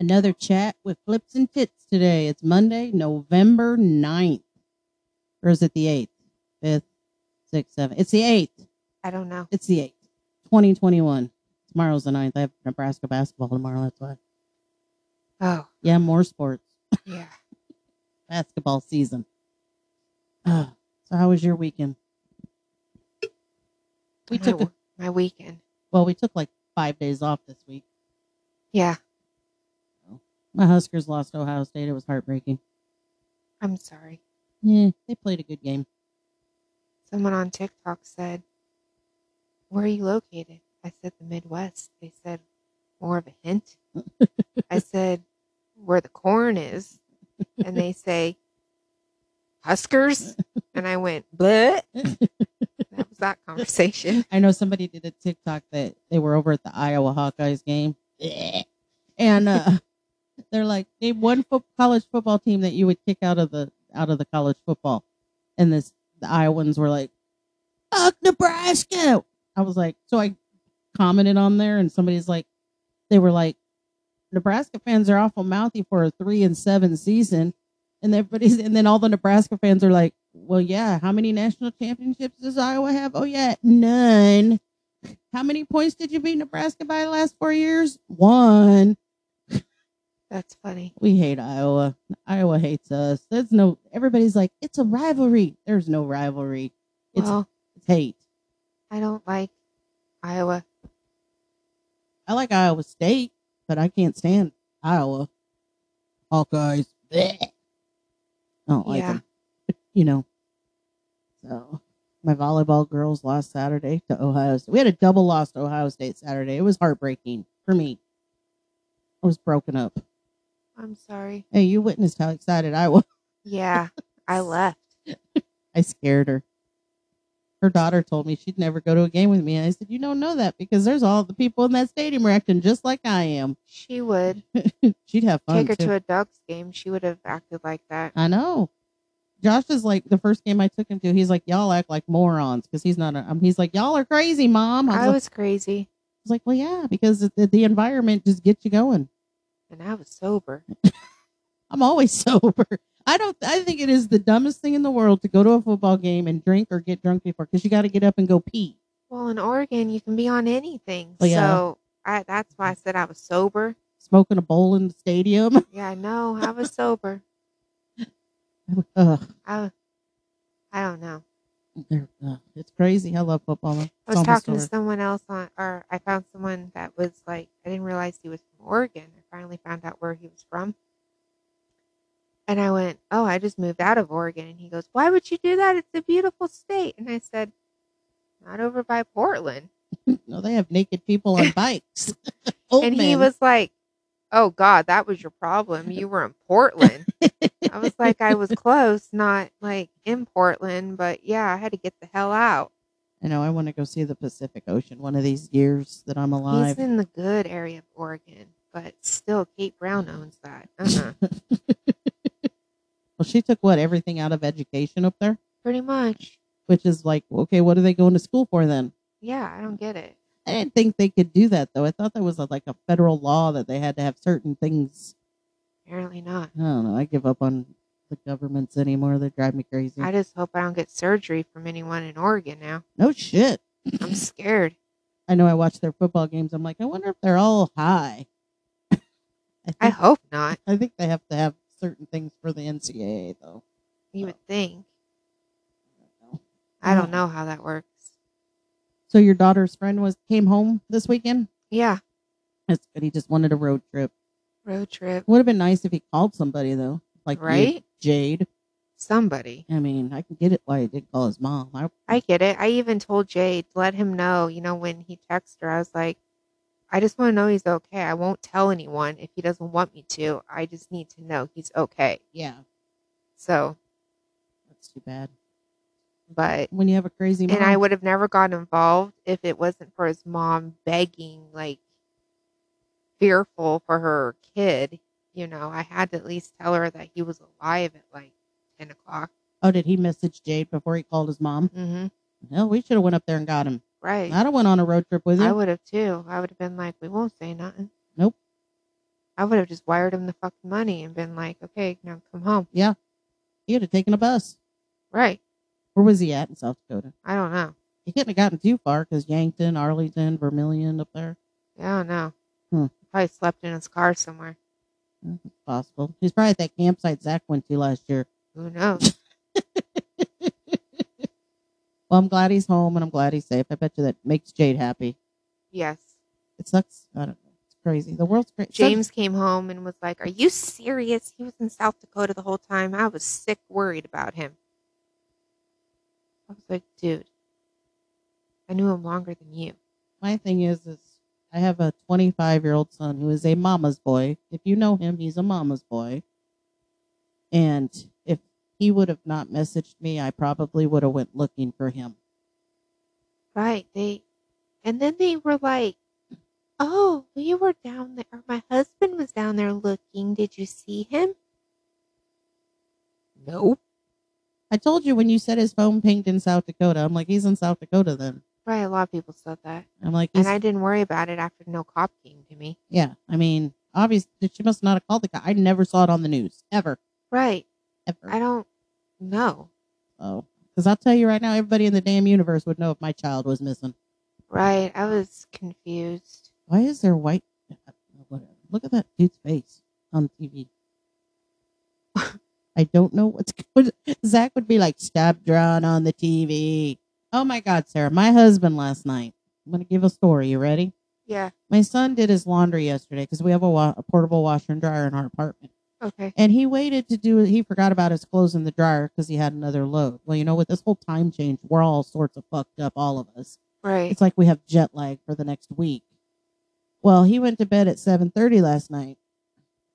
another chat with Flips and Tits today. It's Monday, November 9th. Or is it the 8th? 5th, 6th, 7th. It's the 8th. I don't know. It's the 8th. 2021. Tomorrow's the 9th. I have Nebraska basketball tomorrow. That's why. Oh, Yeah, more sports. yeah. Basketball season. Ah, so, how was your weekend? We my, took, a, w- my weekend. well, we took like five days off this week. Yeah, My Huskers lost to Ohio State. It was heartbreaking. I'm sorry. Yeah, they played a good game. Someone on TikTok said, "Where are you located?" I said the Midwest. They said, "More of a hint." I said, "Where the corn is," and they say, "Huskers," and I went, "Bleh." That was that conversation. I know somebody did a TikTok that they were over at the Iowa Hawkeyes game, and uh, they're like, name one fo- college football team that you would kick out of the out of the college football, and this the Iowans were like, fuck Nebraska. I was like, so I commented on there, and somebody's like, they were like, Nebraska fans are awful mouthy for a three and seven season, and everybody's, and then all the Nebraska fans are like, well, yeah, how many national championships does Iowa have? Oh yeah, none. How many points did you beat Nebraska by the last four years? One. That's funny. We hate Iowa. Iowa hates us. There's no. Everybody's like, it's a rivalry. There's no rivalry. It's, Well, it's hate. I don't like Iowa. I like Iowa State, but I can't stand Iowa. Hawkeyes. Blech. I don't like Yeah. them. You know. So my volleyball girls lost Saturday to Ohio State. We had a double loss to Ohio State Saturday. It was heartbreaking for me. I was broken up. I'm sorry. Hey, you witnessed how excited I was. Yeah, I left. I scared her. Her daughter told me she'd never go to a game with me. And I said, You don't know that because there's all the people in that stadium are acting just like I am. She would. She'd have fun. take her too. to a Ducks game, she would have acted like that. I know. Josh is like the first game I took him to. He's like, y'all act like morons because he's not. A, um, he's like, y'all are crazy, mom. I was, I like, was crazy I was like, well, yeah, because the, the environment just gets you going. and I was sober. I'm always sober. I don't. I think it is the dumbest thing in the world to go to a football game and drink or get drunk before because you got to get up and go pee. Well, in Oregon, you can be on anything. Well, yeah. So I, that's why I said I was sober. Smoking a bowl in the stadium. Yeah, I know. I was sober. Ugh, I, I don't know. they're- ugh, it's crazy. I love football. It's I was almost talking to over. someone else on, or I found someone that was like, I didn't realize he was from Oregon. I finally found out where he was from. And I went, Oh, I just moved out of Oregon. And he goes, Why would you do that? It's a beautiful state. And I said, Not over by Portland. No, they have naked people on bikes. Old and he men. was like, "Oh God, that was your problem. You were in Portland." I was like, "I was close, not like in Portland, but yeah, I had to get the hell out." I know. I want to go see the Pacific Ocean one of these years that I'm alive. He's in the good area of Oregon, but still, Kate Brown owns that. Uh-huh. Well, she took what everything out of education up there, Pretty much, which is like, okay, what are they going to school for then? yeah. I don't get it. I didn't think they could do that though. I thought that was a, like a federal law that they had to have certain things. Apparently not. I don't know. I give up on the governments anymore. They drive me crazy. I just hope I don't get surgery from anyone in Oregon now. no shit. I'm scared. I know. I watch their football games. I'm like, I wonder if they're all high. I I think, hope not. I think they have to have certain things for the NCAA though. You would think. I don't know. I don't Mhm. know how that works. So your daughter's friend was came home this weekend. Yeah, That's good. He just wanted a road trip. road trip, Would have been nice if he called somebody though, like you, right? Jade. Somebody. I mean, I can get it why he did call his mom. I, I get it. I even told Jade, let him know, you know, when he texted her, I was like, I just want to know he's okay. I won't tell anyone if he doesn't want me to. I just need to know he's okay. yeah, So, that's too bad. but, When you have a crazy mom, and I would have never got involved if it wasn't for his mom begging, like, fearful for her kid. You know, I had to at least tell her that he was alive at like 10 o'clock. oh, did he message Jade before he called his mom? Mm-hmm. Well, we should have went up there and got him. Right. Mm-hmm. I'd have went on a road trip with him. I would have too. I would have been like, we won't say nothing. Nope. I would have just wired him the fucking money and been like, okay, now come home. He would have taken a bus. Right. Where was he at in South Dakota? I don't know. He couldn't have gotten too far because Yankton, Arlington, Vermillion up there. I don't know. Hmm. Probably slept in his car somewhere. Possible. He's probably at that campsite Zach went to last year. Who knows? Well, I'm glad he's home and I'm glad he's safe. I bet you that makes Jade happy. yes. It sucks. I don't know. It's crazy. The world's crazy. James came home and was like, Are you serious? He was in South Dakota the whole time. I was sick worried about him. I was like, Dude, I knew him longer than you. my thing is is I have a 25 year old son who is a mama's boy. If you know him, he's a mama's boy. And if he would have not messaged me, I probably would have went looking for him. Right. They and then they were like, Oh, we were down there or my husband was down there looking. Did you see him? Nope. I told you when you said his phone pinged in South Dakota. I'm like, he's in South Dakota then. Right, a lot of people said that. I'm like, And he's- I didn't worry about it after no cop came to me. yeah. I mean, obviously, she must not have called the guy. I never saw it on the news ever, Right. I ever. don't know. Oh, because I'll tell you right now, everybody in the damn universe would know if my child was missing. Right. I was confused. Why is there white? uh, Whatever. Look at that dude's face on TV. I don't know what's good. Zach would be like, stop drawing on the TV. Oh my God, Sarah, my husband last night. I'm going to give a story. You ready? Yeah. My son did his laundry yesterday because we have a, wa- a portable washer and dryer in our apartment. Okay. And he waited to do He forgot about his clothes in the dryer because he had another load. Well, you know, with this whole time change, we're all sorts of fucked up, all of us Right. it's like we have jet lag for the next week. Well, he went to bed at 7:30 last night.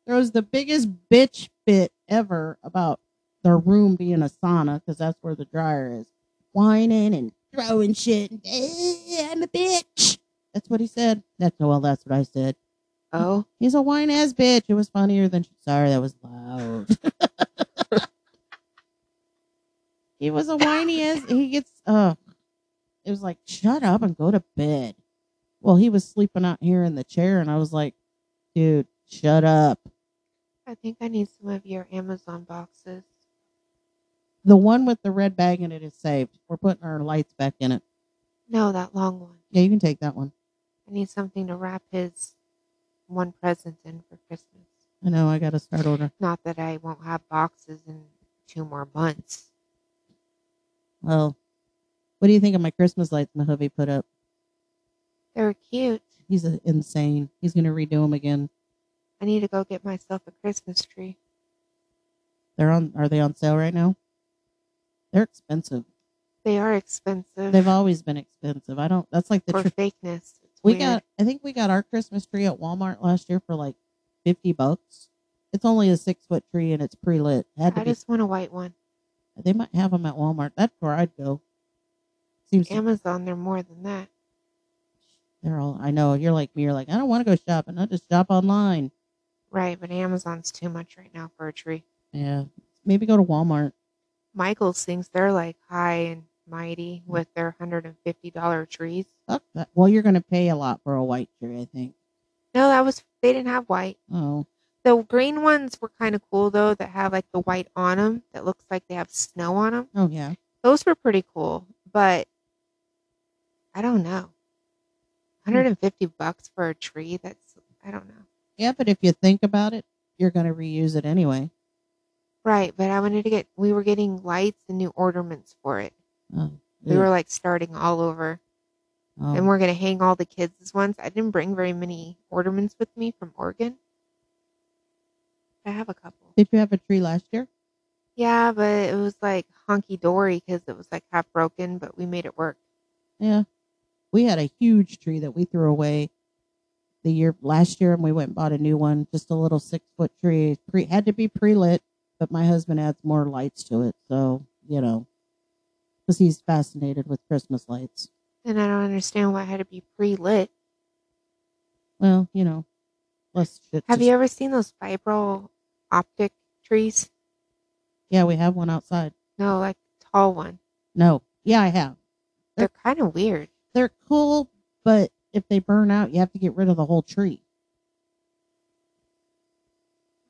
There was the biggest bitch bit ever about their room being a sauna because that's where the dryer is. Whining and throwing shit. And, "Eh, I'm a bitch. That's what he said. That's well, that's what I said. Oh, He's a whine ass bitch. It was funnier than sorry that was loud. he was a whiny ass. He gets uh, it was like shut up and go to bed. Well, he was sleeping out here in the chair, and I was like, dude, shut up. I think I need some of your Amazon boxes. The one with the red bag in it is saved. We're putting our lights back in it. No, that long one. Yeah, you can take that one. I need something to wrap his one present in for Christmas. I know I got to start order. Not that I won't have boxes in two more months. Well, what do you think of my Christmas lights my hubby put up? They were cute. He's uh, insane. He's gonna redo them again. I need to go get myself a Christmas tree. They're on. Are they on sale right now? They're expensive. They are expensive They've always been expensive. I don't. That's like the. for Tr- fakeness. It's we weird. got. I think we got our Christmas tree at Walmart last year for like fifty bucks. It's only a six foot tree and it's pre lit. Had to I be. just want a white one. They might have them at Walmart. That's where I'd go. Seems to- Amazon, they're more than that. they're all. I know you're like me. You're like I don't want to go shopping. I just shop online. Right, but Amazon's too much right now for a tree. Yeah. Maybe go to Walmart. Michaels thinks they're like high and mighty with their $150 trees. Fuck that. Well, you're gonna pay a lot for a white tree. I think. No, that was, they didn't have white. Oh, The green ones were kind of cool though, that have like the white on them that looks like they have snow on them. oh yeah. Those were pretty cool, but I don't know. 150 bucks for a tree? That's, I don't know. Yeah, but if you think about it, you're going to reuse it anyway. Right, but I wanted to get, we were getting lights and new ornaments for it. Oh, We were like starting all over. oh. and we're gonna hang all the kids' ones. I didn't bring very many ornaments with me from Oregon. I have a couple. Did you have a tree last year? Yeah, but it was like honky dory because it was like half broken, but we made it work. Yeah. We had a huge tree that we threw away the year last year, and we went and bought a new one, just a little six foot tree. Pre had to be pre lit, but my husband adds more lights to it, so you know, because he's fascinated with Christmas lights. And I don't understand why it had to be pre lit. Well, you know, less shit. Have to- you ever seen those fibro optic trees? Yeah, we have one outside. No, like tall one. No, yeah, I have. They're kind of weird. They're cool, but if they burn out, you have to get rid of the whole tree.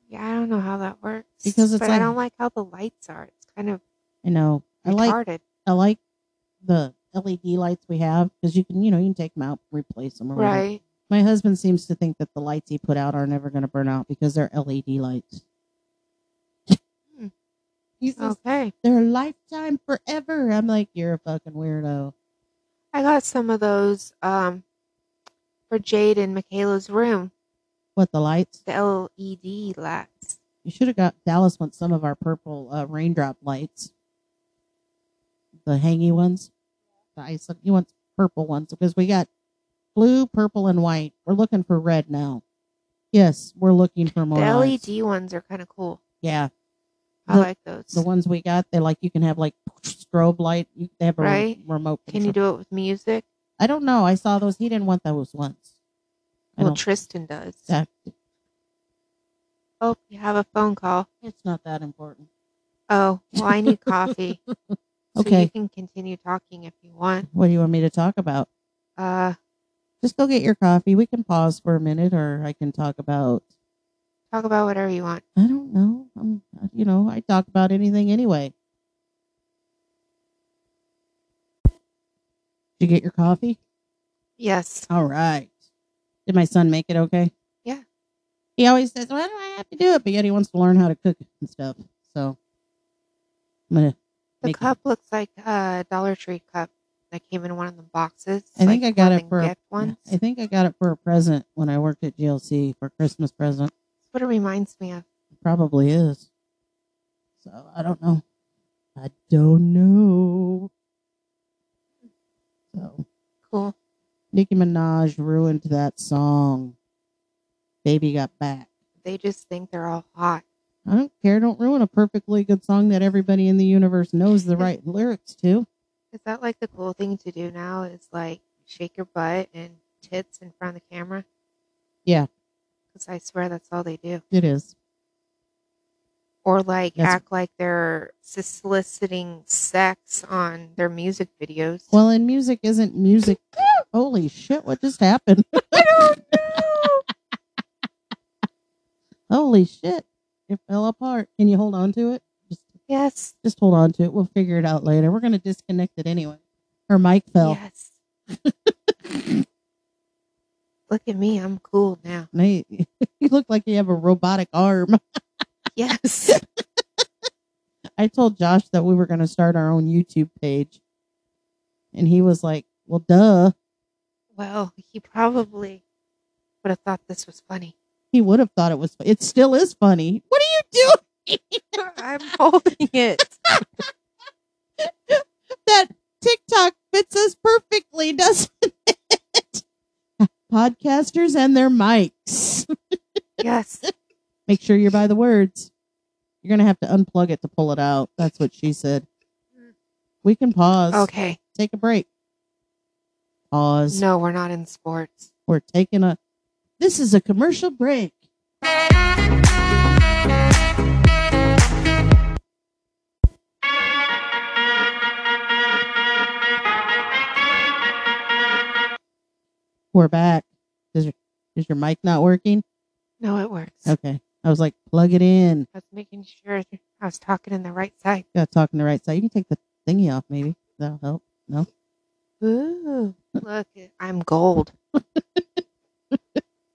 Yeah, I don't know how that works. Because it's but I like- don't like how the lights are. It's kind of I know. I like retarded. I like the LED lights we have because you can you know you can take them out, replace them, or whatever. right. My husband seems to think that the lights he put out are never going to burn out because they're LED lights. Hmm. Oh. He says Okay. they're a lifetime forever. I'm like, you're a fucking weirdo. I got some of those um for Jade and Michaela's room. What the lights? The LED lights. You should have got Dallas wants some of our purple uh, raindrop lights, the hangy ones. The ice. He wants purple ones because we got blue, purple, and white. We're looking for red now. Yes, we're looking for more. the lights. LED ones are kind of cool. Yeah, I The- like those. the ones we got, they like you can have like strobe light. You, they have a re- Right. remote. Can you control. do it with music? I don't know. I saw those. He didn't want those ones. I Well, don't- Tristan does. that- Oh, you have a phone call. it's not that important. Oh, well, I need coffee. So Okay. you can continue talking if you want. What do you want me to talk about? Uh, Just go get your coffee. We can pause for a minute, or I can talk about. talk about whatever you want. I don't know. I'm, you know, I talk about anything anyway. Did you get your coffee? Yes. All right. Did my son make it okay? Yeah. He always says, "Why do I have to do it?" But yet he wants to learn how to cook and stuff. So I'm gonna. The Make it- cup looks like a Dollar Tree cup that came in one of the boxes. I think I like got one of it the for a, gift ones. I think I got it for a present when I worked at GLC for Christmas present. That's what it reminds me of. Probably is. So I don't know. I don't know. So Cool. Nicki Minaj ruined that song. Baby got back. They just think they're all hot. I don't care. Don't ruin a perfectly good song that everybody in the universe knows the Yeah. right lyrics to. Is that like the cool thing to do now? Is like shake your butt and tits in front of the camera? Yeah. Because I swear that's all they do. It is. Or like That's- act like they're soliciting sex on their music videos. Well, and music isn't music. Holy shit! What just happened? I don't know. Holy shit! It fell apart. Can you hold on to it? Just, yes. just hold on to it. We'll figure it out later. We're gonna disconnect it anyway. Her mic fell. Yes. Look at me. I'm cool now. Now you, you look like you have a robotic arm. Yes. I told Josh that we were going to start our own YouTube page. And he was like, well, duh. well, he probably would have thought this was funny. He would have thought it was, it still is funny. What are you doing? I'm holding it. That TikTok fits us perfectly, doesn't it? Podcasters and their mics. Yes. Make sure you're by the words. You're going to have to unplug it to pull it out. That's what she said. We can pause. Okay. Take a break. Pause. No, we're not in sports. We're taking a. This is a commercial break. We're back. Is your, is your mic not working? No, it works. Okay. I was like, plug it in. I was making sure I was talking in the right side. Got talking the right side. You can take the thingy off, maybe. That'll help. Ooh. Look, I'm gold.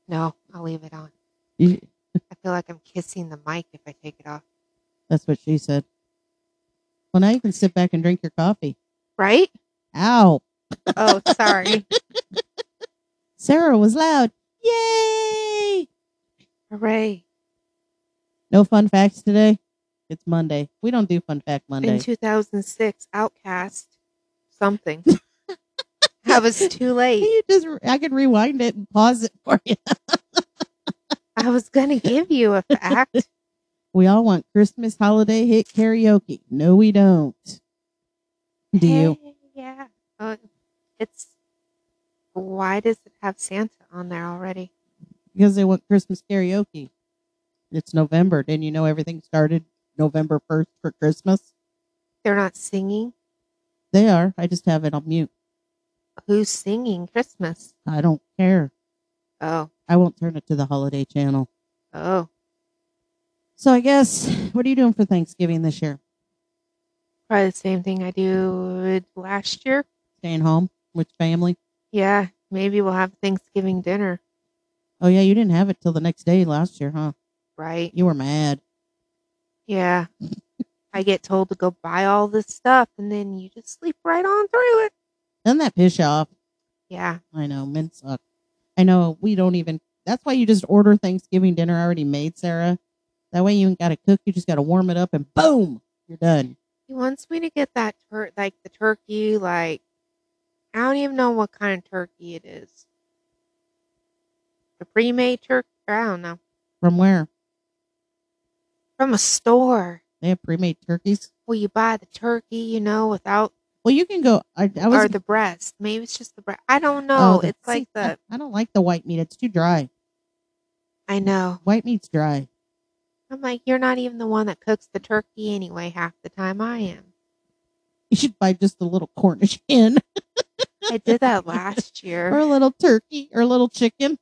no, I'll leave it on. You- I feel like I'm kissing the mic if I take it off. that's what she said. Well, now you can sit back and drink your coffee. Right? Ow. Oh, sorry. Sarah was loud. Yay. Hooray. No fun facts today. It's Monday. We don't do fun fact Monday. In 2006, Outcast something. I was too late. you just I could rewind it and pause it for you. I was going to give you a fact. We all want Christmas holiday hit karaoke. No, we don't. Do you? Hey, yeah. Oh, it's why does it have Santa on there already? Because they want Christmas karaoke. It's November. Didn't you know everything started November 1st for Christmas? They're not singing. They are. I just have it on mute. Who's singing Christmas? I don't care. Oh, I won't turn it to the holiday channel. oh. So I guess what are you doing for Thanksgiving this year? Probably the same thing I did last year. Staying home with family? Yeah, maybe we'll have Thanksgiving dinner, Oh yeah, you didn't have it till the next day last year, huh? right? You were mad. Yeah. I get told to go buy all this stuff and then you just sleep right on through it. Doesn't that piss you off? Yeah. I know men suck. I know we don't even. That's why you just order Thanksgiving dinner already made, Sarah. That way you ain't got to cook. You just got to warm it up and boom, you're done. He wants me to get that tur- like the turkey, like I don't even know what kind of turkey it is. The pre-made turkey, I don't know. From where From a store. they have pre-made turkeys. Well, you buy the turkey, you know, without Well, you can go. I, I was or the breast. Maybe it's just the breast. I don't know. oh, the- it's like see, the I, I don't like the white meat. It's too dry. I know. White meat's dry. I'm like, you're not even the one that cooks the turkey anyway. Half the time, I am. You should buy just a little Cornish hen I did that last or year. a little turkey or a little chicken.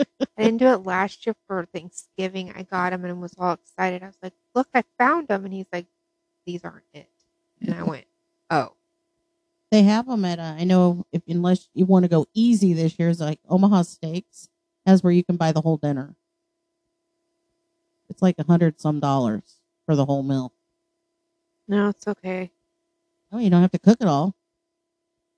I didn't do it last year for Thanksgiving. I got him and was all excited. I was like, look, I found him, and he's like, these aren't it. And I went, oh, They have them at. Uh, I know if unless you want to go easy this year, is like Omaha Steaks has where you can buy the whole dinner. It's like a hundred some dollars for the whole meal. no, it's okay. Oh, you don't have to cook it all.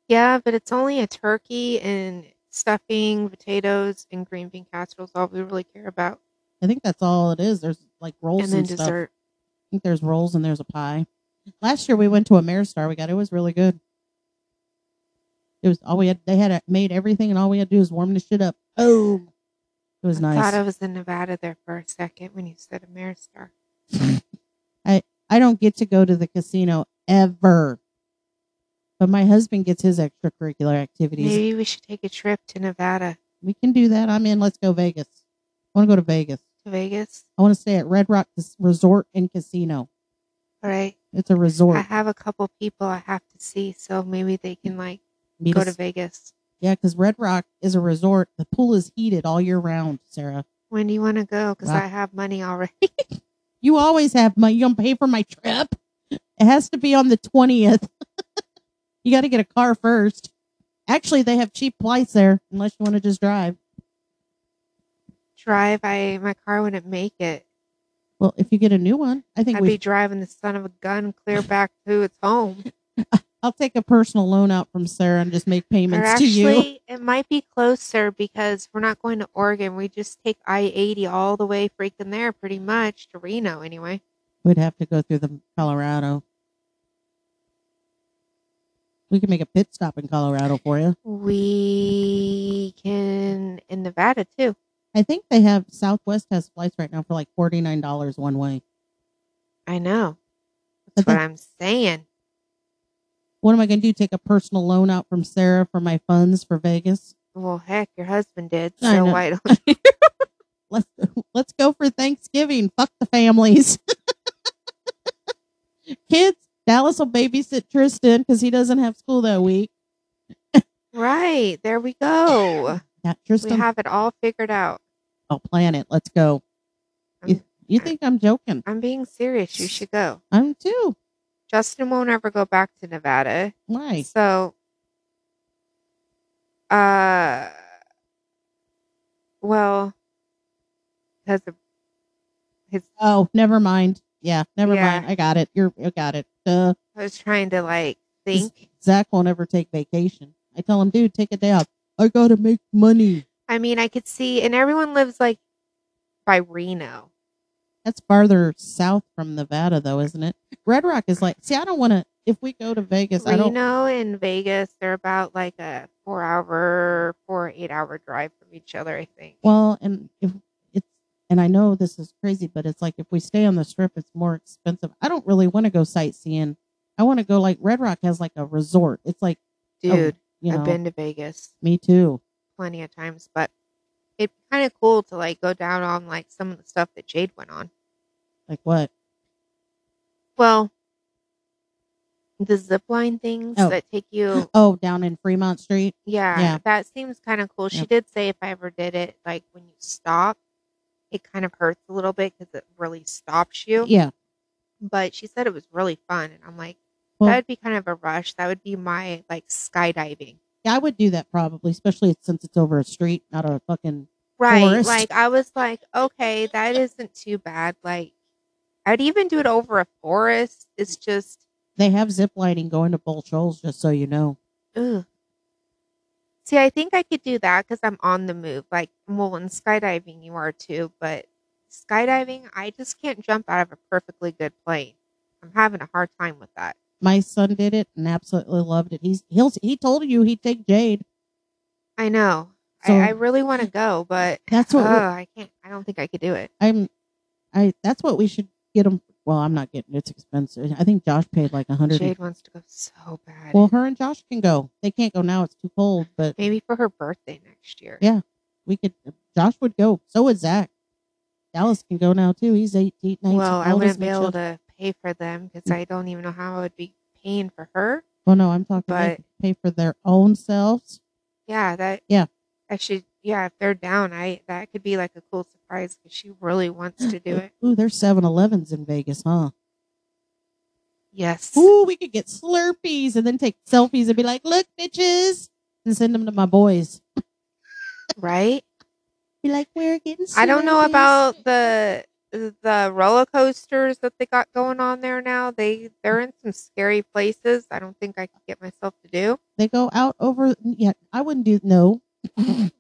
Yeah, but it's only a turkey and stuffing, potatoes, and green bean casserole is all we really care about. I think that's all it is. There's like rolls and and, then stuff. dessert. I think there's rolls and there's a pie. Last year we went to a Star. We got it was really good. It was all we had. They had uh, made everything, and all we had to do was warm the shit up. Boom. It was I nice. thought I was in Nevada there for a second when you said Ameristar. I don't get to go to the casino ever. But my husband gets his extracurricular activities. Maybe we should take a trip to Nevada, We can do that. I'm in. Let's go Vegas. I want to go to Vegas. to Vegas. I want to stay at Red Rock Cas- Resort and Casino. All right. It's a resort. I have a couple people I have to see, so maybe they can like Meet go us- to Vegas. yeah, because Red Rock is a resort. The pool is heated all year round, Sarah. When do you want to go? Because Wow. I have money already. You always have money. You gonna pay for my trip? It has to be on the twentieth. you got to get a car first. Actually, they have cheap flights there, unless you want to just drive. Drive. I my car wouldn't make it. Well, if you get a new one, I think I'd we. be driving the son of a gun clear back to its home. I'll take a personal loan out from Sarah and just make Or payments to you. actually, it might be closer because we're not going to Oregon. We just take I eighty all the way freaking there, pretty much to Reno anyway. We'd have to go through the Colorado. We can make a pit stop in Colorado for you. We can in Nevada too. I think they have Southwest has flights right now for like forty nine dollars one way. I know. I That's what think- I'm saying. What am I going to do? Take a personal loan out from Sarah for my funds for Vegas? Well, heck, your husband did, I so know. why don't Let's let's go for Thanksgiving. Fuck the families, kids. Dallas will babysit Tristan because he doesn't have school that week. right? There we go. Yeah, We Tristan, have it all figured out. I'll plan it. Let's go. You, I'm- you think I'm joking? I'm being serious. You should go. I'm too. Justin won't ever go back to Nevada, Why? so uh, well, because of his, Oh, never mind. Yeah, never Yeah. mind. I got it. You're, I got it. Duh. I was trying to like Just- think. Zach won't ever take vacation. I tell him, dude, take a day off. I gotta make money. I mean, I could see, and everyone lives like by Reno. That's farther south from Nevada, though, isn't it? Red Rock is like, see, I don't want to. If we go to Vegas, I don't. Reno and Vegas, they're about like a four hour, four, eight hour drive from each other, I think. Well, oh, and if it's, and I know this is crazy, but it's like if we stay on the strip, it's more expensive. I don't really want to go sightseeing. I want to go like Red Rock has like a resort. It's like, oh, Dude, you know, I've been to Vegas me too. plenty of times, but it'd be kind of cool to like go down on like some of the stuff that Jade went on. Like what? Well, the zip line things Oh. that take you, Oh, down in Fremont Street. yeah, Yeah. that seems kind of cool. She Yep. did say if I ever did it, like when you stop, it kind of hurts a little bit because it really stops you. Yeah. But she said it was really fun, and I'm like, Well- that would be kind of a rush. That would be my like skydiving. Yeah, I would do that probably, especially since it's over a street, not a fucking. Right. Forest. Like I was like, okay, that isn't too bad. Like I'd even do it over a forest. It's just They have zip lining going to Bull Shoals, just so you know. ugh. See, I think I could do that because I'm on the move. Like, well, in skydiving you are too, but skydiving, I just can't jump out of a perfectly good plane. I'm having a hard time with that. My son did it and absolutely loved it. He's he'll he told you he'd take Jade. I know. So- uh, I, I really want to go, but That's what oh, we- I can't. I don't think I could do it. I'm. I that's what we should get him. Well, I'm not getting it's expensive. I think Josh paid like a hundred. and- Jade wants to go so bad. Well, her and Josh can go. They can't go now; it's too cold. But Maybe for her birthday next year. Yeah. we could. Josh would go. So would Zach. Dallas can go now too. He's 18, 19. Well, I All this wouldn't be makes able sense. to pay for them because I don't even know how I would be paying for her. Well, Oh, no, I'm talking. they but- could pay for their own selves. Yeah, that. Yeah. I should. Yeah, if they're down, I that could be like a cool surprise because she really wants to do it. Ooh, there's 7-Elevens in Vegas, huh? Yes. Ooh, we could get Slurpees and then take selfies and be like, "Look, bitches," and send them to my boys. Right. Be like, "We're getting." Slurpees. I don't know about the the roller coasters that they got going on there now. They they're in some scary places. I don't think I could get myself to do. They go out over. Yeah, I wouldn't do no.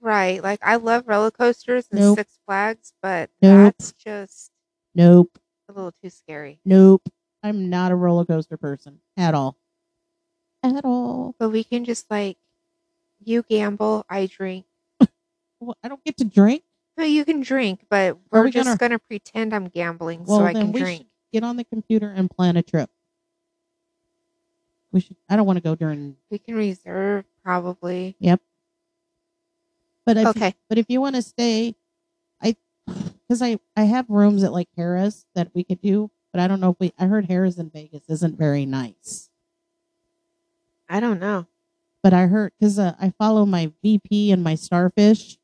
Right. Like I love roller coasters and Nope. Six Flags, but Nope. that's just Nope. a little too scary. Nope. I'm not a roller coaster person at all. At all. But we can just like you gamble, I drink. Well, I don't get to drink. No, you can drink, but we're we just gonna- gonna... pretend I'm gambling Well, so I then can we drink. should get on the computer and plan a trip. We should. I don't want to go during. We can reserve probably. But if, Okay. But if you want to stay, I because I I have rooms at like Harris that we could do. But I don't know if we. I heard Harris in Vegas isn't very nice. I don't know. but I heard because uh, I follow my VP and my starfish.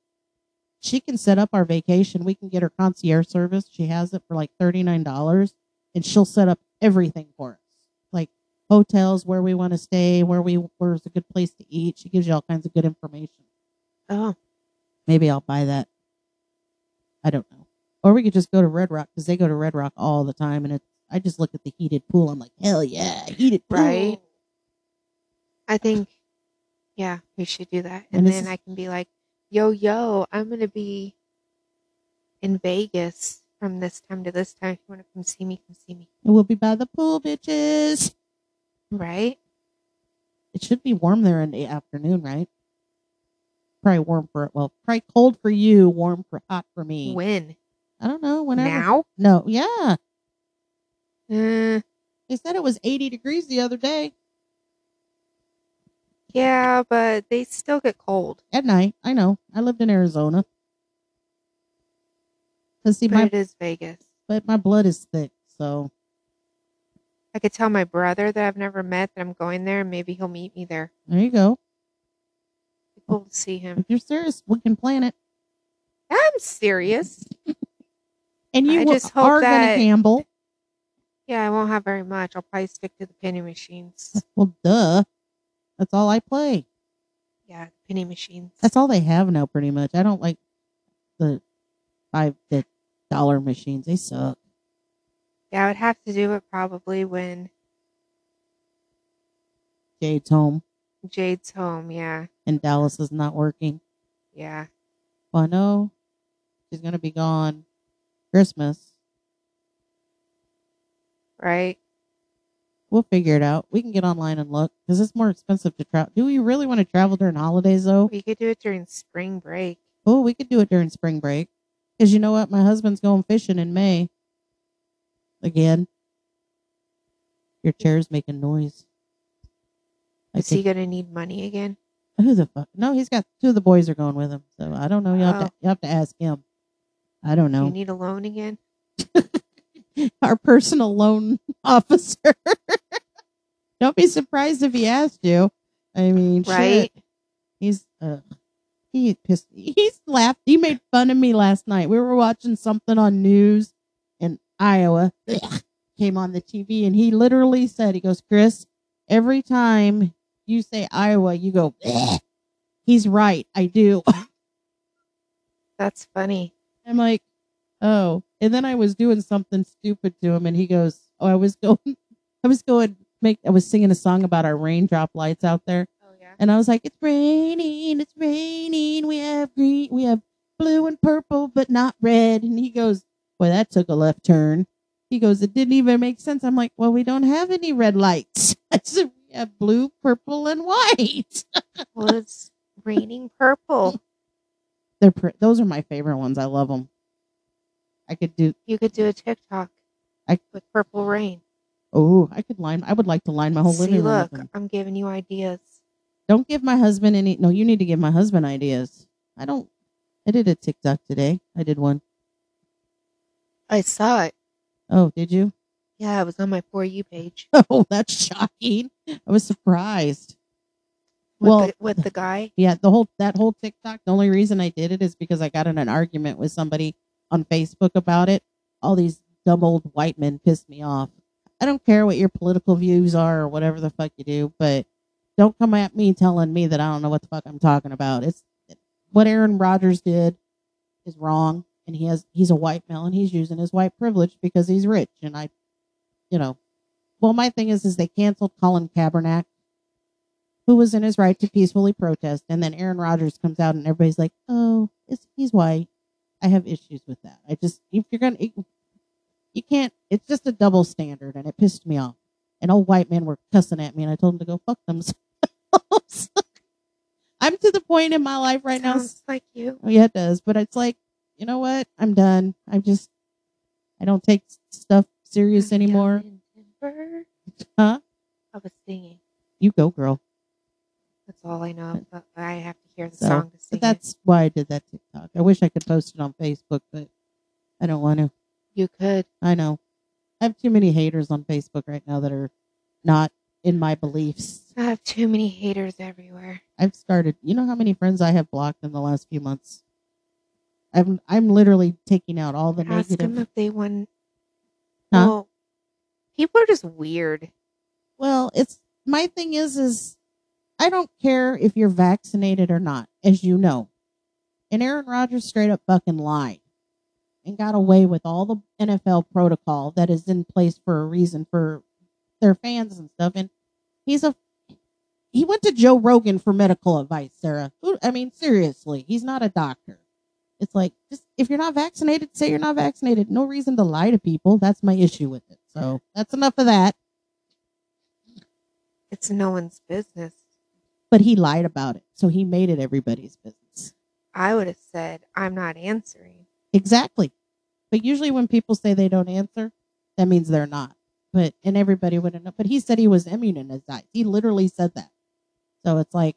She can set up our vacation. We can get her concierge service. She has it for like thirty nine dollars, and she'll set up everything for us, like hotels, where we want to stay, where we where's a good place to eat. She gives you all kinds of good information. Oh. Maybe I'll buy that. I don't know. Or we could just go to Red Rock because they go to Red Rock all the time, and it. I just look at the heated pool. I'm like, hell yeah, heated pool. Right. I think yeah, we should do that. And And, this then is- I can be like, yo yo, I'm gonna be in Vegas from this time to this time. If you wanna come see me, come see me. And we'll be by the pool, bitches. Right? it should be warm there in the afternoon, right? Probably warm for well, probably cold for you, warm for hot for me. When? I don't know. Whenever. Now? No. Yeah. Uh, They said it was 80 degrees the other day yeah, but they still get cold. at night. I know. I lived in Arizona. Cause see But my it is Vegas. but my blood is thick, so I could tell my brother that I've never met that I'm going there and maybe he'll meet me there. there you go. Be cool to see him. If you're serious, we can plan it. I'm serious. And you I wa- just hope are that- gonna gamble. Yeah, I won't have very much. I'll probably stick to the penny machines. Well, duh. That's all I play. Yeah, the penny machines. That's all they have now, pretty much. I don't like the five the dollar machines. They suck. Yeah, I would have to do it probably when Jade's home Jade's home. Yeah, and Dallas is not working. yeah. Well, I know she's going to be gone Christmas. Right? We'll figure it out. We can get online and look because it's more expensive to travel. Do we really want to travel during holidays, though? We could do it during spring break. Oh, we could do it during spring break because you know what? My husband's going fishing in May. Again, your chair's making noise. I Is he think, gonna need money again? who the fuck? No, he's got two of the boys are going with him, so I don't know. You have to you have to ask him. I don't Do know. you need a loan again? our personal loan officer. Don't be surprised if he asked you. I mean, shit, Right? he's uh, he pissed. He's laughed. He made fun of me last night. We were watching something on news in Iowa. Came on the TV, and he literally said, "He goes, Chris, every time you say Iowa, you go." He's right. I do. That's funny. I'm like, oh. And then I was doing something stupid to him, and he goes, oh, I was going, I was going make, I was singing a song about our raindrop lights out there, Oh yeah. and I was like, it's raining, it's raining. We have green, we have blue and purple, but not red. And he goes, boy, that took a left turn. He goes, it didn't even make sense. I'm like, well, we don't have any red lights. I said, we have blue, purple, and white. Well, it's raining purple. They're pr- those are my favorite ones. I love them. I could do You could do a TikTok I- with purple rain. Oh, I could line. I would like to line my whole See, living room. look, with them. I'm giving you ideas. Don't give my husband any. No, you need to give my husband ideas. I don't. I did a TikTok today. I did one. I saw it. Oh, did you? Yeah, it was on my for you page. Oh, that's shocking. I was surprised. With Well- the, with the guy. Yeah, the whole that whole TikTok. The only reason I did it is because I got in an argument with somebody on Facebook about it. All these dumb old white men pissed me off. I don't care what your political views are or whatever the fuck you do, but don't come at me telling me that I don't know what the fuck I'm talking about. It's what Aaron Rodgers did is wrong, and he has he's a white male and he's using his white privilege because he's rich. And I, you know, well, my thing is, is they canceled Colin Kaepernick who was in his right to peacefully protest. And then Aaron Rodgers comes out and everybody's like, oh, it's, he's white. I have issues with that. I just, if you're going to, you can't, it's just a double standard and it pissed me off. And old white men were cussing at me and I told them to go fuck themselves. I'm to the point in my life right now. Sounds like you. Oh, yeah, it does. But it's like, you know what? I'm done. I'm just, I don't take s- stuff serious I'm down anymore. in Denver. Huh? I was singing. You go, girl. That's all I know. But I have to hear the So, song to sing But that's why I did that TikTok. I wish I could post it on Facebook, but I don't want to. it. You could. I know. I have too many haters on Facebook right now that are not in my beliefs. I have too many haters everywhere. I've started. You know how many friends I have blocked in the last few months? I'm I'm literally taking out all the Ask them negative. if they won. Huh? Well, people are just weird. Well, it's my thing is is I don't care if you're vaccinated or not, as you know. And Aaron Rodgers straight up fucking lied and got away with all the NFL protocol that is in place for a reason for their fans and stuff. And he's a he went to Joe Rogan for medical advice, Sarah. Who- I mean, seriously, he's not a doctor. It's like just if you're not vaccinated, say you're not vaccinated. No reason to lie to people. That's my issue with it. So that's enough of that. It's no one's business. But he lied about it, so he made it everybody's business. I would have said, I'm not answering. Exactly. But usually when people say they don't answer, that means they're not. But and everybody would know. But he said he was immunized. He literally said that. So it's like,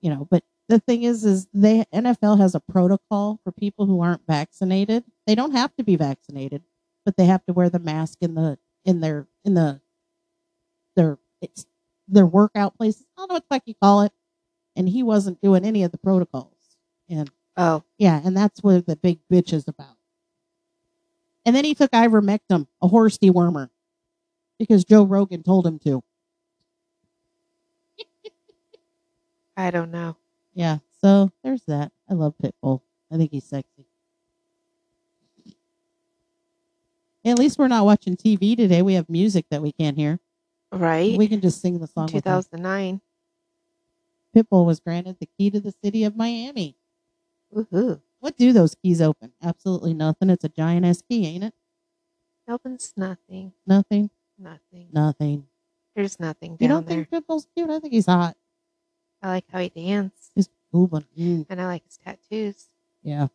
you know, but the thing is is they NFL has a protocol for people who aren't vaccinated. They don't have to be vaccinated, but they have to wear the mask in the in their in the their it's their workout places. I don't know what the fuck you call it. And he wasn't doing any of the protocols. And Oh, yeah, and that's where the big bitch is about. And then he took ivermectin, a horse dewormer, because Joe Rogan told him to. I don't know. Yeah, so there's that. I love Pitbull. I think he's sexy. At least we're not watching TV today. We have music that we can't hear. Right? We can just sing the song. With him. 2009. Pitbull was granted the key to the city of Miami. Woohoo. What do those keys open? Absolutely nothing. It's a giant ass key, ain't it? Melbourne's nothing. Nothing. Nothing. Nothing. There's nothing You down don't there. think Pitbull's cute? I think he's hot. I like how he danced, He's cool, but mm. and I like his tattoos. Yeah.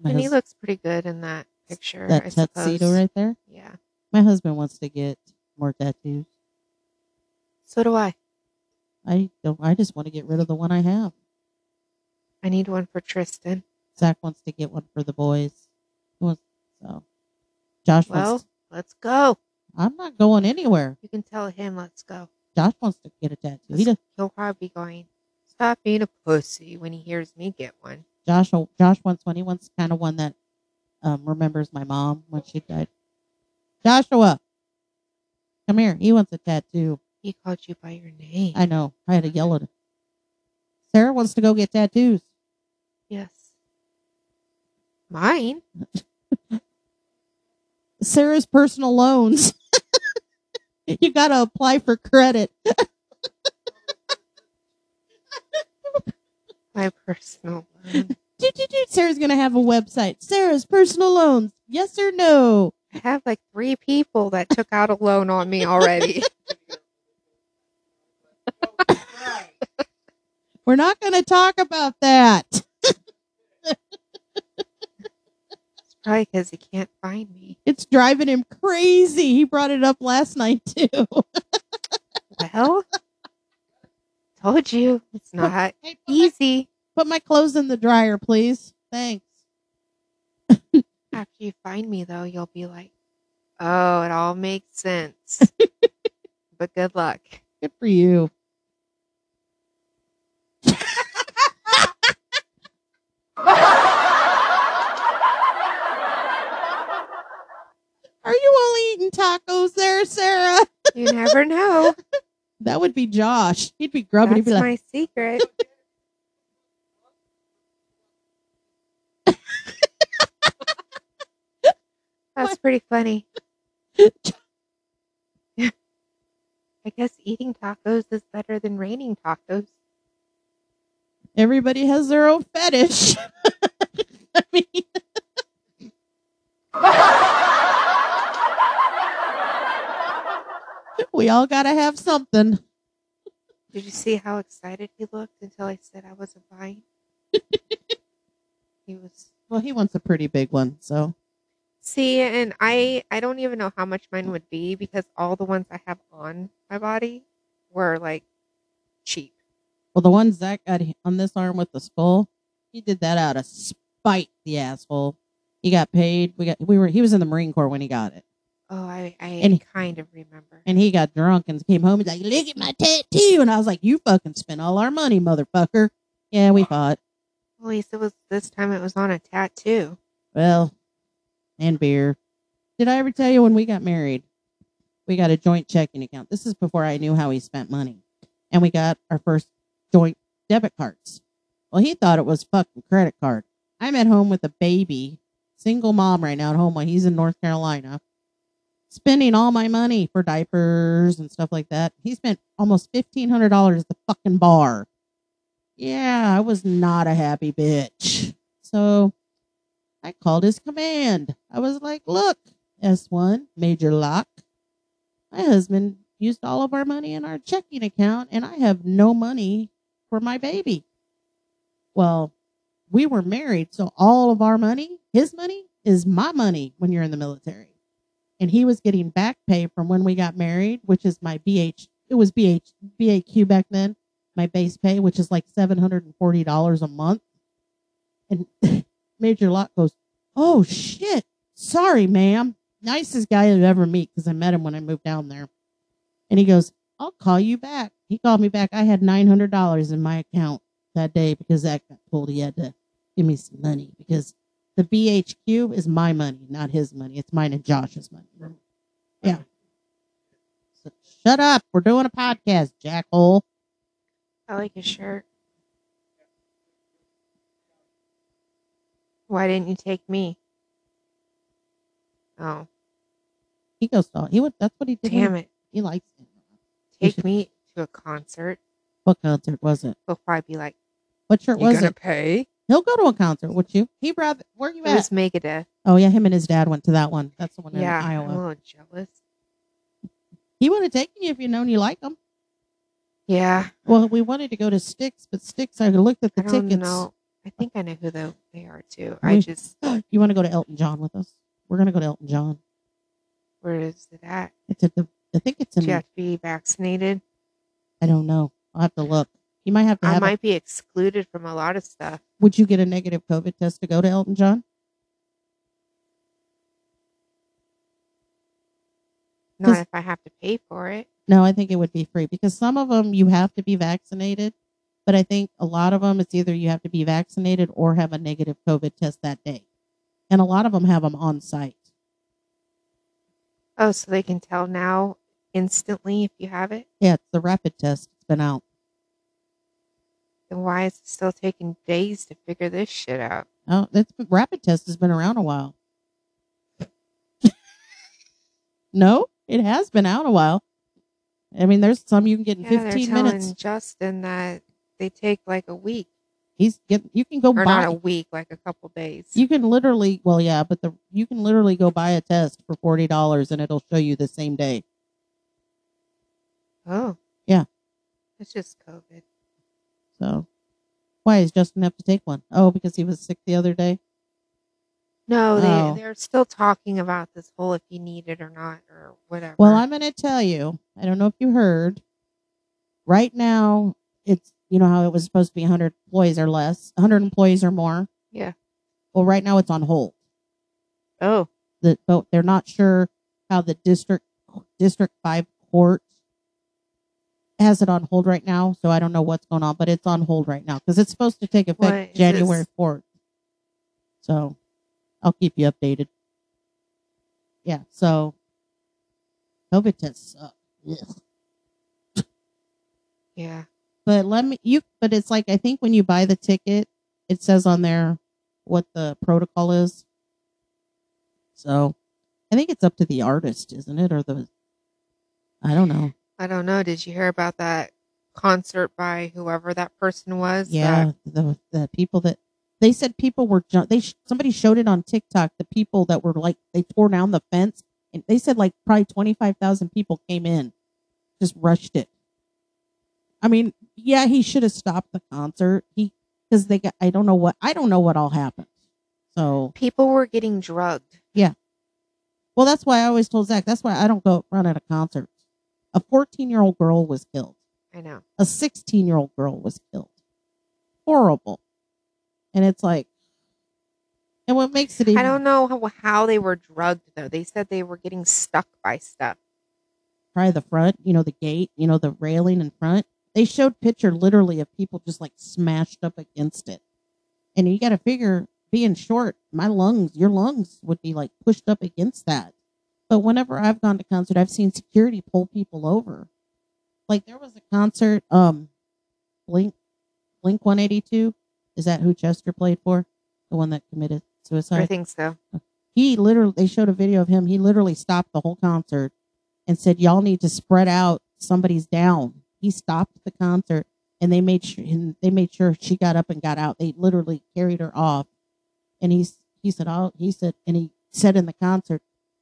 My And he hus- looks pretty good in that picture. that I tuxedo suppose. right there. Yeah. My husband wants to get more tattoos. So do I. I don't. I just want to get rid of the one I have. I need one for Tristan. Zach wants to get one for the boys. He wants, so Josh Well, wants. let's go. I'm not going anywhere. You can tell him, let's go. Josh wants to get a tattoo. He Let's- does, He'll probably be going. stop being a pussy when he hears me get one. Josh, Josh wants one. He wants kind of one that um, remembers my mom when she died. Joshua, come here. He wants a tattoo. He called you by your name. I know. I had to yell at him. Sarah wants to go get tattoos. yes. Mine? Sarah's personal loans. you got to apply for credit. My personal loan. Doot, doot, doot. Sarah's going to have a website. Sarah's personal loans. Yes or no? I have like three people that took out a loan on me already. We're not going to talk about that. it's probably because he can't find me. It's driving him crazy. He brought it up last night, too. Well, told you it's not Hey, put, my, easy. put my clothes in the dryer, please. Thanks. After you find me, though, you'll be like, oh, it all makes sense. but good luck. Good for you. Are you only eating tacos there, Sarah? You never know. That would be Josh. He'd be grubbing. He'd be That's like, my secret. That's pretty funny. I guess eating tacos is better than raining tacos. everybody has their own fetish. I mean, we all got to have something. Did you see how excited he looked until I said I wasn't buying? he was Well, he wants a pretty big one, so See, and I I don't even know how much mine would be because all the ones I have on my body were like cheap. Well, the one Zach got on this arm with the skull, he did that out of spite. The asshole. He got paid. We got. We were. He was in the Marine Corps when he got it, Oh, I I And- kind of remember. and he got drunk and came home. He's like, "Look at my tattoo," and I was like, "You fucking spent all our money, motherfucker." Yeah, we fought. At least it was this time it was on a tattoo. Well, and beer. Did I ever tell you when we got married? We got a joint checking account. This is before I knew how he spent money, and we got our first joint debit cards. Well, he thought it was fucking credit card. I'm at home with a baby, single mom right now at home while he's in North Carolina, spending all my money for diapers and stuff like that. He spent almost fifteen hundred dollars at the fucking bar. Yeah, I was not a happy bitch. So I called his command. I was like, look, S1, Major Locke, my husband used all of our money in our checking account, and I have no money for my baby. Well, we were married, so all of our money, his money, is my money when you're in the military. And he was getting back pay from when we got married, which is my BH, it was BH, BAQ back then, my base pay, which is like $740 a month. And Major Locke goes, Oh shit. Sorry, ma'am. Nicest guy I've ever meet because I met him when I moved down there. And he goes, I'll call you back. He called me back. I had $900 in my account that day because that got pulled. He had to give me some money because the BHQ is my money, not his money. It's mine and Josh's money. Yeah. So shut up. We're doing a podcast, jackhole. I like his shirt. Why didn't you take me? Oh, He goes, oh, he would, that's what he did. when damn it. He likes it. Take me to a concert. What concert was it? He'll probably be like, What shirt You was gonna it? pay? He'll go to a concert, would you? He rather where you It at? was Megadeth. Oh yeah, him and his dad went to that one. That's the one Yeah, in I'm a Iowa. little jealous. He would have taken you if you known you like him. Yeah, Well, we wanted to go to Sticks, but Sticks. I looked at I the don't tickets. Mm. know. I think I know who tho- they are too. I We- just, You want to go to Elton John with us? We're gonna go to Elton John. where is it at? It's at the. I think it's Do in. you have to be vaccinated? I don't know. I'll have to look. You might have to I have. a- might be excluded from a lot of stuff. would you get a negative COVID test to go to Elton John? Not 'Cause- if I have to pay for it. No, I think it would be free because some of them you have to be vaccinated. But I think a lot of them, it's either you have to be vaccinated or have a negative COVID test that day. And a lot of them have them on site. Oh, so they can tell now instantly if you have it? Yeah, it's the rapid test. It's been out. Then why is it still taking days to figure this shit out? Oh, that's rapid test has been around a while. no, it has been out a while. I mean, there's some you can get in Yeah, they're 15 telling minutes. Justin that they take like a week, He's get you can go or buy not a week, like a couple days. you can literally well yeah, but the you can literally go buy a test for forty dollars and it'll show you the same day. oh, Yeah. it's just COVID. So why does Justin have to take one? Oh, because he was sick the other day. No, they Oh. they're still talking about this whole if you need it or not or whatever. Well, I'm going to tell you. I don't know if you heard. Right now, it's you know how it was supposed to be 100 employees or less, 100 employees or more. Yeah. Well, right now it's on hold. oh The but they're not sure how the district district five court has it on hold right now. So I don't know what's going on, but it's on hold right now because it's supposed to take What is effect this? January 4th. So I'll keep you updated. Yeah. So COVID tests suck. Ugh. yeah, but let me you but it's like i think when you buy the ticket it says on there what the protocol is so i think it's up to the artist isn't it or the i don't know I don't know. Did you hear about that concert by whoever that person was? yeah that- the the people that they said people were ju- they sh- somebody showed it on tiktok the people that were like they tore down the fence and they said like probably 25,000 people came in just rushed it i mean yeah he should have stopped the concert he cuz they got i don't know what i don't know what all happened so people were getting drugged. Well, that's why I always told Zach. That's why I don't go run at a concert. A 14 year old girl was killed. I know. A 16 year old girl was killed. Horrible. And it's like, and what makes it even? I don't know how, how they were drugged though. They said they were getting stuck by stuff. Try the front, you know, the gate, you know, the railing in front. They showed picture literally of people just like smashed up against it. And you got to figure, being short, my lungs, your lungs would be like pushed up against that. But whenever I've gone to concert, I've seen security pull people over. Like there was a concert, um, Blink, Blink 182. Is that who Chester played for? The one that committed suicide? I think so. he literally they showed a video of him he literally stopped the whole concert and said y'all need to spread out somebody's down he stopped the concert and they made sure and they made sure she got up and got out they literally carried her off and he s- he said oh he said and he said in the concert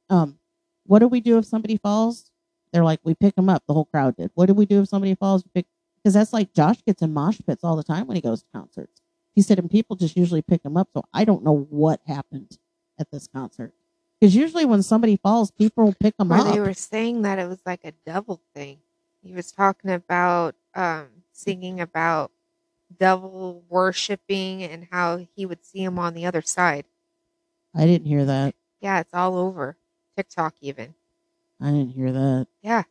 um what do we do if somebody falls they're like we pick them up the whole crowd did what do we do if somebody falls we pick because that's like josh gets in mosh pits all the time when he goes to concerts he said and people just usually pick him up so i don't know what happened at this concert. Because usually when somebody falls, people will pick them Where up. they were saying that it was like a devil thing. He was talking about um, singing about devil worshiping and how he would see him on the other side. I didn't hear that. Yeah, it's all over TikTok even. I didn't hear that. Yeah,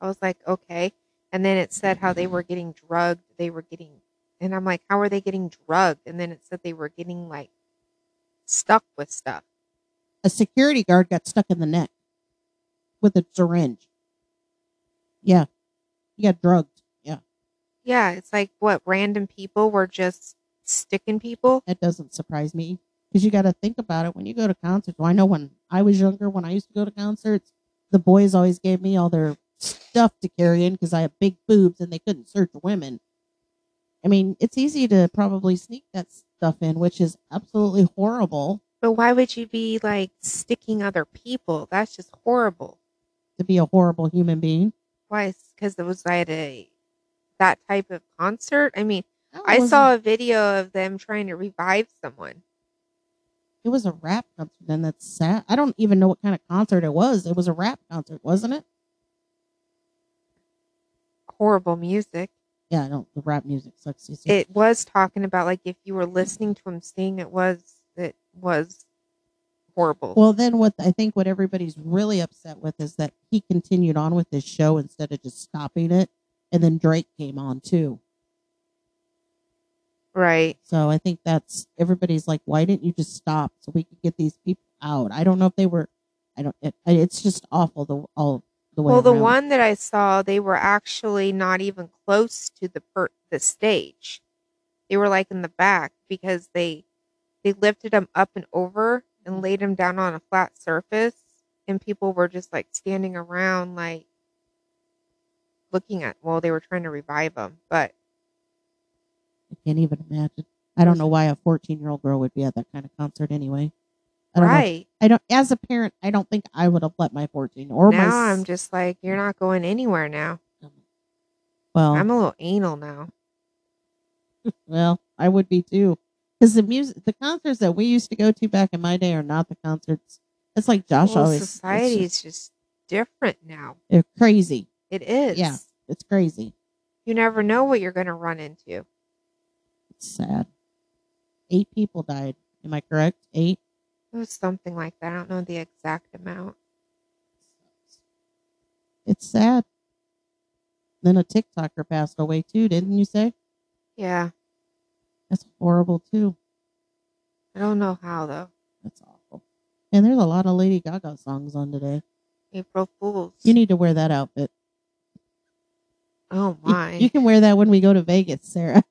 I was like, okay. And then it said how they were getting drugged. They were getting, and I'm like, how are they getting drugged? And then it said they were getting like stuck with stuff. A security guard got stuck in the neck with a syringe. Yeah. He got drugged. Yeah. Yeah, it's like what random people were just sticking people. That doesn't surprise me. Because you got to think about it when you go to concerts. Well, I know when I was younger, when I used to go to concerts, the boys always gave me all their stuff to carry in because I had big boobs and they couldn't search women. I mean, it's easy to probably sneak that stuff in, which is absolutely horrible. But why would you be like sticking other people? That's just horrible. to be a horrible human being. Why? Because it was at a that type of concert. I mean, No, it I was saw a, a video of them trying to revive someone. it was a rap concert, and that's sad. I don't even know what kind of concert it was. It was a rap concert, wasn't it? Horrible music. Yeah, I don't. The rap music sucks. You see. It was talking about like if you were listening to him sing, it was it was horrible. well, then what I think what everybody's really upset with is that he continued on with his show instead of just stopping it, and then Drake came on too. Right. So I think that's everybody's like, why didn't you just stop so we could get these people out? I don't know if they were, I don't. It, I- it's just awful the all the way. Well, the around. one that I saw, they were actually not even close to the per- the stage. They were like in the back because they they lifted them up and over and laid them down on a flat surface, and people were just like standing around, like looking at. Well, they were trying to revive them, but I can't even imagine. I don't know why a fourteen year old girl would be at that kind of concert anyway. I don't know. right I don't. As a parent, I don't think I would have let my fourteen or my. now, s- I'm just like, you're not going anywhere now. well, I'm a little anal now. Well, I would be too, because the music, the concerts that we used to go to back in my day are not the concerts. It's like Josh Well, always. it's society just- is just different now. they're crazy. It is. Yeah. It's crazy. You never know what you're going to run into. It's sad. Eight people died. Am I correct? Eight. It was something like that. I don't know the exact amount. It's sad. Then a TikToker passed away too, didn't you say? Yeah. That's horrible too. I don't know how, though. That's awful. And there's a lot of Lady Gaga songs on today. April Fools. You need to wear that outfit. oh, You- my. you can wear that when we go to Vegas, Sarah.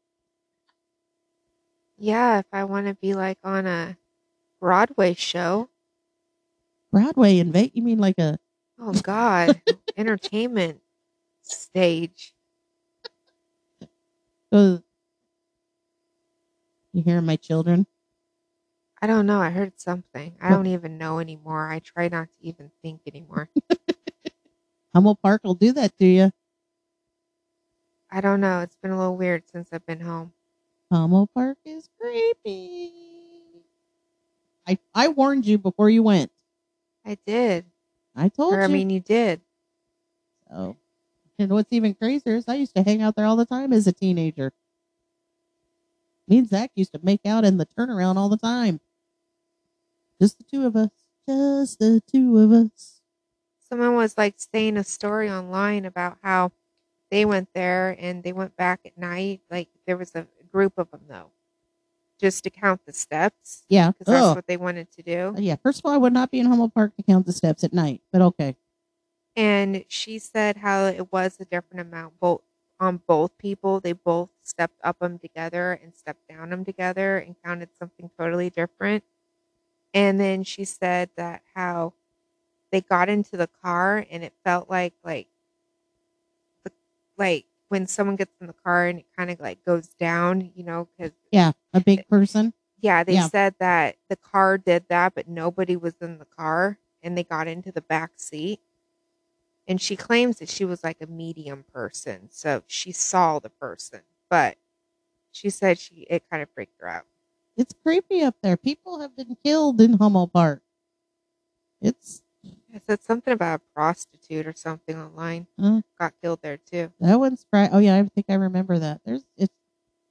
yeah, if I want to be like on a Broadway show. Broadway in Vegas. You mean like a Oh, God. Entertainment stage. So, you hear my children? I don't know. I heard something. I What- don't even know anymore. I try not to even think anymore. Hummel Park will do that to you. I don't know. It's been a little weird since I've been home. Hummel Park is creepy. I I warned you before you went. I did. I told Or, you. I mean, you did. so. And what's even crazier is I used to hang out there all the time as a teenager. Me and Zach used to make out in the turnaround all the time. Just the two of us. Just the two of us. someone was like saying a story online about how they went there and they went back at night. Like there was a group of them though, just to count the steps Yeah. because that's Ugh. what they wanted to do. Yeah. First of all, I would not be in Hummel Park to count the steps at night, but okay. And she said how it was a different amount both on both people. They both stepped up them together and stepped down them together and counted something totally different. And then she said that how they got into the car and it felt like like the, like when someone gets in the car and it kind of like goes down, you know, because Yeah. A big person. yeah, they Yeah. said that the car did that, but nobody was in the car and they got into the back seat. And she claims that she was like a medium person, so she saw the person, but she said she it kind of freaked her out. it's creepy up there. People have been killed in Hummel Park. It's I said something about a prostitute or something online uh, got killed there too. that one's right. Oh yeah, I think I remember that. There's it.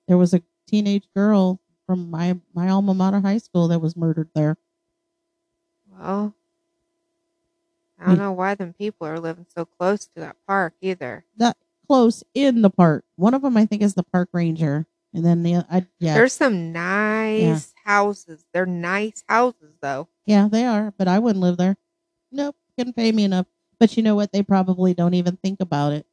There was a teenage girl from my my alma mater high school that was murdered there. Well, I Me- don't know why them people are living so close to that park either. Close in the park. One of them I think is the park ranger, and then the I yeah There's some nice houses. They're nice houses though. yeah they are. But I wouldn't live there. Nope, couldn't pay me enough. But you know what? They probably don't even think about it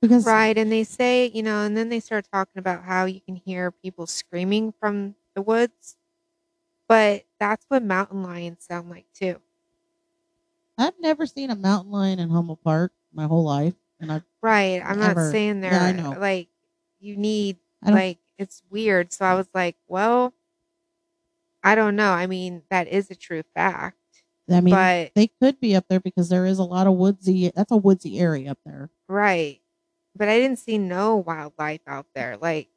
because Right. And they say, you know, and then they start talking about how you can hear people screaming from the woods. But that's what mountain lions sound like too. I've never seen a mountain lion in Hummel Park my whole life, and I Right. I'm Ever. not saying they're Yeah, I know. like you need I don't like it's weird. So I was like, well, I don't know. I mean, that is a true fact. I mean, but they could be up there because there is a lot of woodsy. That's a woodsy area up there. right. But I didn't see no wildlife out there. Like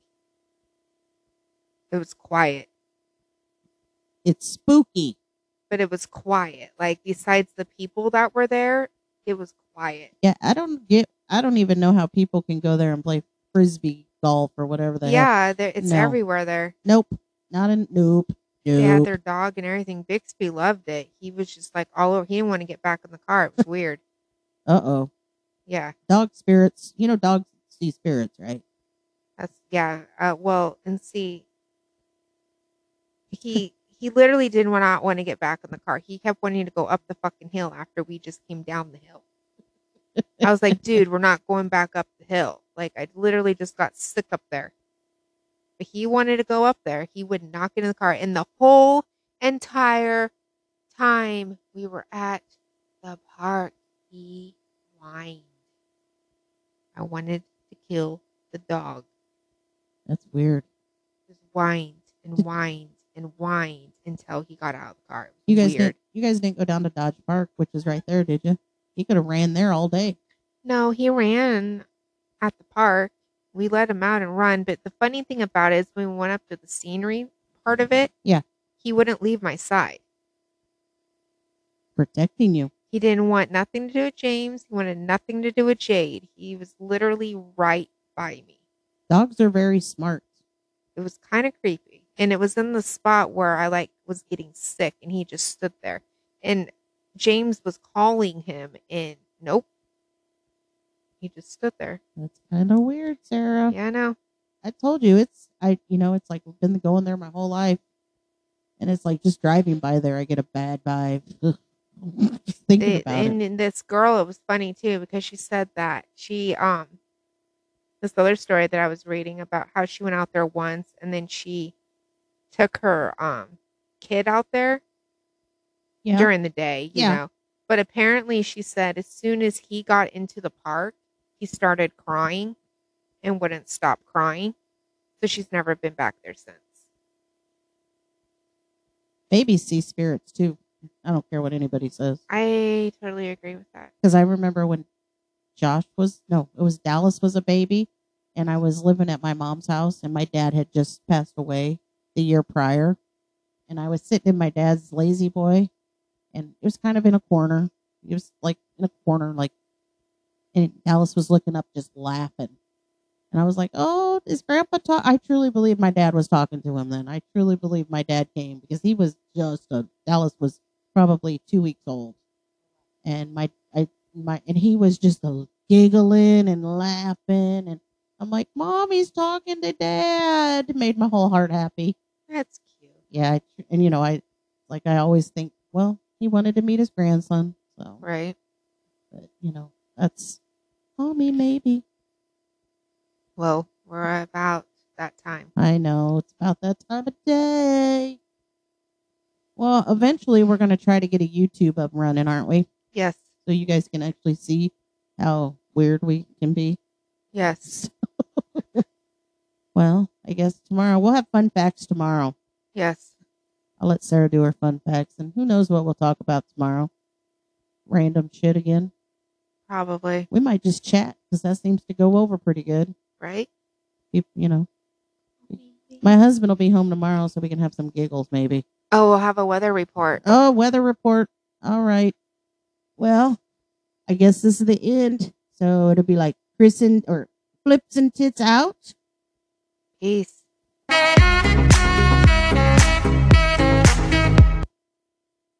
it was quiet. It's spooky. but it was quiet. Like besides the people that were there, it was quiet. Yeah, I don't get. I don't even know how people can go there and play frisbee golf or whatever the hell. yeah, there, it's No. everywhere there. Nope, not in. Nope, They had nope. their dog and everything. Bixby loved it. He was just like all over. He didn't want to get back in the car. It was weird. Uh oh, Yeah, dog spirits. You know, dogs see spirits, right? That's yeah. Uh, well, and see, he he literally did not want to get back in the car. He kept wanting to go up the fucking hill after we just came down the hill. I was like, dude, we're not going back up the hill. Like I literally just got sick up there. But he wanted to go up there. He would not get in the car. And the whole entire time we were at the park, he whined. I wanted to kill the dog. That's weird. Just whined and whined and whined until he got out of the car. You guys Weird. didn't. You guys didn't go down to Dodge Park, which is right there, did you? He could have ran there all day. No, he ran at the park. We let him out and run. But the funny thing about it is when we went up to the scenery part of it, Yeah. he wouldn't leave my side. protecting you. He didn't want nothing to do with James. He wanted nothing to do with Jade. He was literally right by me. Dogs are very smart. It was kind of creepy. And it was in the spot where I like was getting sick and he just stood there. And James was calling him and nope. He just stood there. That's kind of weird, Sarah. Yeah, I know. I told you it's I you know it's like I've been going there my whole life, and it's like just driving by there I get a bad vibe. Ugh. Just thinking They- about it. and, and this girl, it was funny too because she said that she um this other story that I was reading about how she went out there once and then she took her um kid out there Yeah, during the day, you Yeah. know. But apparently she said as soon as he got into the park, he started crying and wouldn't stop crying. So she's never been back there since. babies see spirits too. I don't care what anybody says I totally agree with that. because I remember when Josh was no, it was Dallas was a baby, and I was living at my mom's house, and my dad had just passed away the year prior, and I was sitting in my dad's lazy boy, and it was kind of in a corner. It was like in a corner, like, and Dallas was looking up, just laughing, and I was like, "Oh, is Grandpa talk?" I truly believe my dad was talking to him then. I truly believe my dad came because he was just a Dallas was probably two weeks old, and my I my and he was just a giggling and laughing and I'm like, "Mommy's talking to Dad." Made my whole heart happy. That's cute. Yeah, I, tr- and you know, I like I always think, well, he wanted to meet his grandson, so Right. but, you know, that's mommy maybe. Well, we're about that time. I know it's about that time of day. Well, eventually we're gonna try to get a YouTube up running, aren't we? Yes. So you guys can actually see how weird we can be. Yes. Well, I guess tomorrow we'll have fun facts tomorrow. Yes. I'll let Sarah do her fun facts, and who knows what we'll talk about tomorrow. Random shit again. Probably. We might just chat because that seems to go over pretty good. Right? You, you know, my husband will be home tomorrow, so we can have some giggles maybe. Oh, we'll have a weather report. Oh, weather report. All right. Well, I guess this is the end. So it'll be like Chris and or flips and tits out. Peace.